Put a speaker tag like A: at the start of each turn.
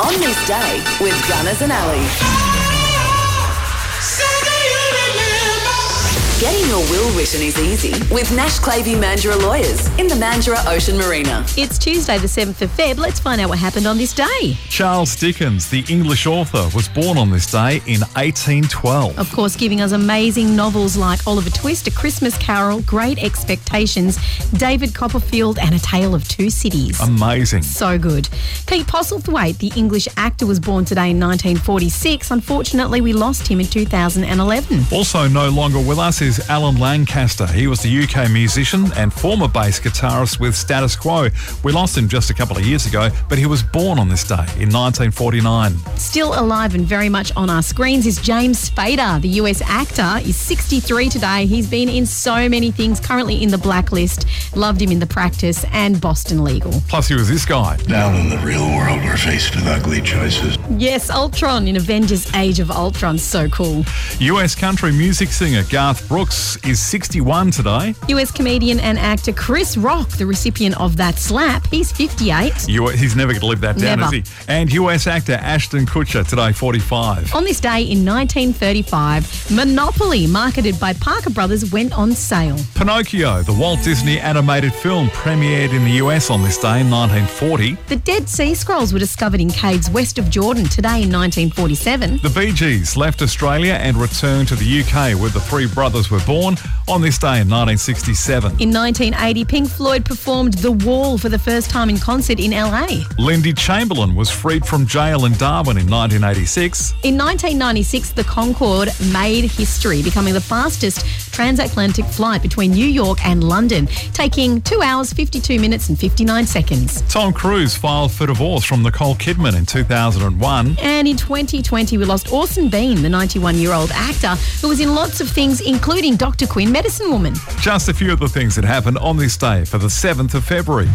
A: on this day with Gunners and Alley. Getting your will written is easy with Nash Clavey Mandurah Lawyers in the Mandurah Ocean Marina.
B: It's Tuesday, the 7th of Feb. Let's find out what happened on this day.
C: Charles Dickens, the English author, was born on this day in 1812.
B: Of course, giving us amazing novels like Oliver Twist, A Christmas Carol, Great Expectations, David Copperfield, and A Tale of Two
C: Um.
B: Cities.
C: Amazing.
B: so good. Pete Postlethwaite, the English actor, was born today in 1946. Unfortunately, we lost him in 2011.
C: Also, no longer with us is Alan Lancaster. He was the UK musician and former bass guitarist with Status Quo. We lost him just a couple of years ago, but he was born on this day in 1949.
B: Still alive and very much on our screens is James Spader, the US actor. He's 63 today. He's been in so many things, currently in the blacklist. Loved him in the practice and Boston Legal.
C: Plus, he was this guy.
D: Down in the real world, we're faced with ugly choices.
B: Yes, Ultron in Avengers Age of Ultron. So cool.
C: US country music singer Garth Brooks is 61 today.
B: US comedian and actor Chris Rock, the recipient of that slap. He's 58.
C: U- He's never going to live that down,
B: Never.
C: is he? And US actor Ashton Kutcher today, 45.
B: On this day in 1935, Monopoly, marketed by Parker Brothers, went on sale.
C: Pinocchio, the Walt Disney animated film, premiered in the US on this day in 1940.
B: The Dead Sea Scrolls were discovered in caves west of Jordan today in 1947.
C: The Bee Gees left Australia and returned to the UK where the three brothers were born on this day in 1967.
B: In 1980, Pink Floyd performed The Wall for the first time in concert in LA.
C: Lindy Chamberlain was freed from jail in Darwin in 1986.
B: In 1996, the Concorde made history, becoming the fastest transatlantic flight between New York and London, taking 2 hours, 52 minutes, and 59 seconds.
C: Tom Cruise filed for divorce from Nicole Kidman in 2001.
B: And in 2020, we lost Orson Bean, the 91 year old actor who was in lots of things, including Dr. Quinn Medicine Woman.
C: Just a few of the things that happened on this day for the 7th of February.